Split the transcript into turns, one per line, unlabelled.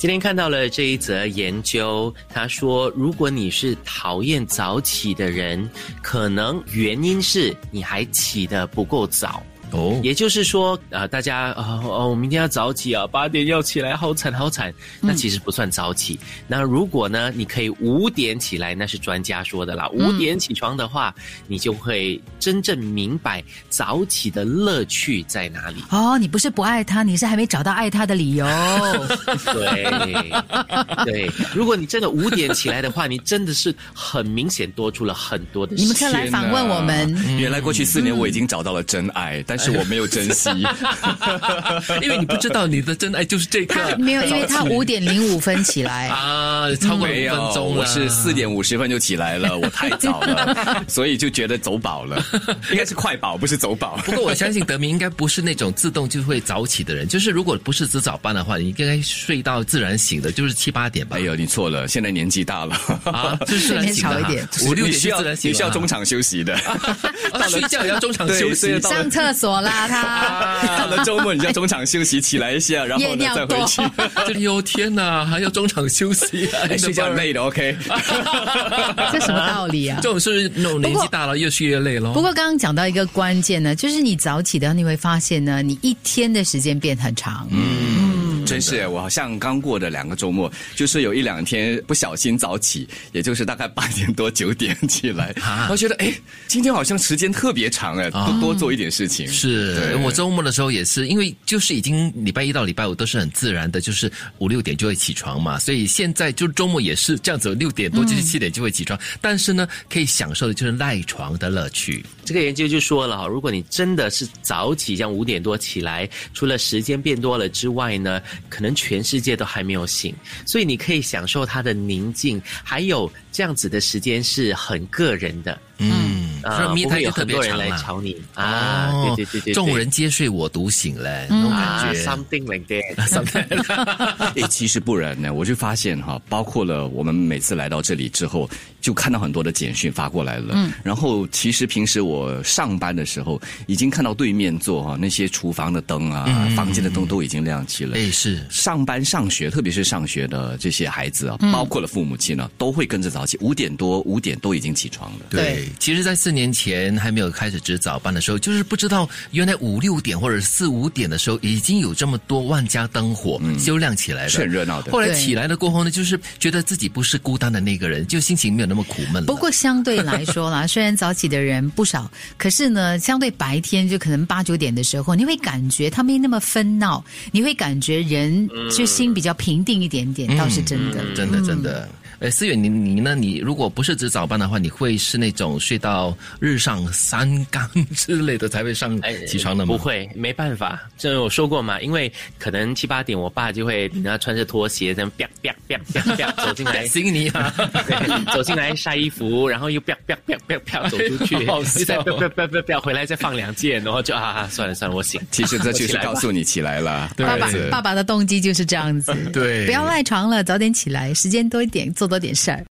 今天看到了这一则研究，他说，如果你是讨厌早起的人，可能原因是你还起得不够早。
哦，
也就是说，呃，大家啊、呃哦，我明天要早起啊，八点要起来，好惨好惨。那其实不算早起。那如果呢，你可以五点起来，那是专家说的啦。五点起床的话，你就会真正明白早起的乐趣在哪里。
哦，你不是不爱他，你是还没找到爱他的理由。
对，对，如果你真的五点起来的话，你真的是很明显多出了很多的
你们
时
可
间。
以来访问我们。
原来过去四年我已经找到了真爱，但是我没有珍惜。
因为你不知道你的真爱就是这
他
个。
没有，因为他五点零五分起来。
啊，超过了
没
五
有
分，钟了，
我是四点五十分就起来了，我太早了，所以就觉得走饱 了，应该是快饱，不是走饱。
不过我相信德明应该不是那种自动就会早起的人，就是如果不是值早班的话，你应该睡到自然醒的，就是七八点吧。
哎呦，你错了，现在年纪大了，
啊，就是自然醒
睡
的
眠少
哈
一点，
五六
你
点
需
就
要
自然醒
你
了
需要
哈
中场休息 的。
啊睡觉也要中场休息
对。到了
上厕所啦，他。
到了周末你要中场休息起来一下，然后
夜
呢
尿
再回
多
去。
哎呦天哪，还要中场休息、啊，
哎， 睡觉累的，OK。
这什么道理啊
这？种是那种年纪大了越睡越累咯。
不过刚刚讲到一个关键呢，就是你早起的，你会发现呢，你一天的时间变很长。
真是，我好像刚过的两个周末，就是有一两天不小心早起，也就是大概八点多九点起来，
啊
我觉得哎，今天好像时间特别长哎，多多做一点事情。
是
对
我周末的时候也是，因为就是已经礼拜一到礼拜五都是很自然的，就是五六点就会起床嘛，所以现在就周末也是这样子，六点多就是七点就会起床，
嗯
但是呢，可以享受的就是赖床的乐趣。
这个研究就说了哈，如果你真的是早起，像五点多起来，除了时间变多了之外呢，可能全世界都还没有醒，所以你可以享受它的宁静，还有这样子的时间是很个人的，
嗯，
啊、
所以
不
me
会
time
有
就特
很
别
多人
长
来
了。
吵你啊，
哦
对对对对对，
众人皆睡我独醒嘞，那种
啊
感觉。
，something like that，
诶，哎其实不然呢，我就发现哈，包括了我们每次来到这里之后，就看到很多的简讯发过来了。嗯，然后其实平时我上班的时候，已经看到对面座哈那些厨房的灯啊、
嗯
房间的灯都已经亮起了。
哎，是
上班上学，特别是上学的这些孩子啊，包括了父母亲呢、啊都会跟着早起，五点多、五点都已经起床了。
对，
其实，在四年前还没有开始值早班的时候，就是不知道原来五六点或者四五点的时候，已经有这么多万家灯火
嗯
修亮起来了，
是很热闹的
后来起来了过后呢，就是觉得自己不是孤单的那个人，就心情没有那么苦闷了。
不过相对来说啦，虽然早起的人不少，可是呢，相对白天就可能八九点的时候，你会感觉他没那么纷闹，你会感觉人就心比较平定一点点，倒是真的。
真的真的。呃，思远，你你呢？你如果不是值早班的话，你会是那种睡到日上三竿之类的才会上起床的吗？
呃不会，没办法，这我说过嘛，因为可能七八点，我爸就会，你知道，穿着拖鞋，这样啪啪啪啪 啪走进来，
心你啊，
对，走进来晒衣服，然后又啪啪啪啪啪走出去，
哎好笑
又再啪啪啪啪啪回来再放两件，然后就啊算了算了，我醒。
其实这就是告诉你 起来了，
爸爸
儿子
爸爸的动机就是这样子，
对
不要赖床了，早点起来，时间多一点，做多点事儿。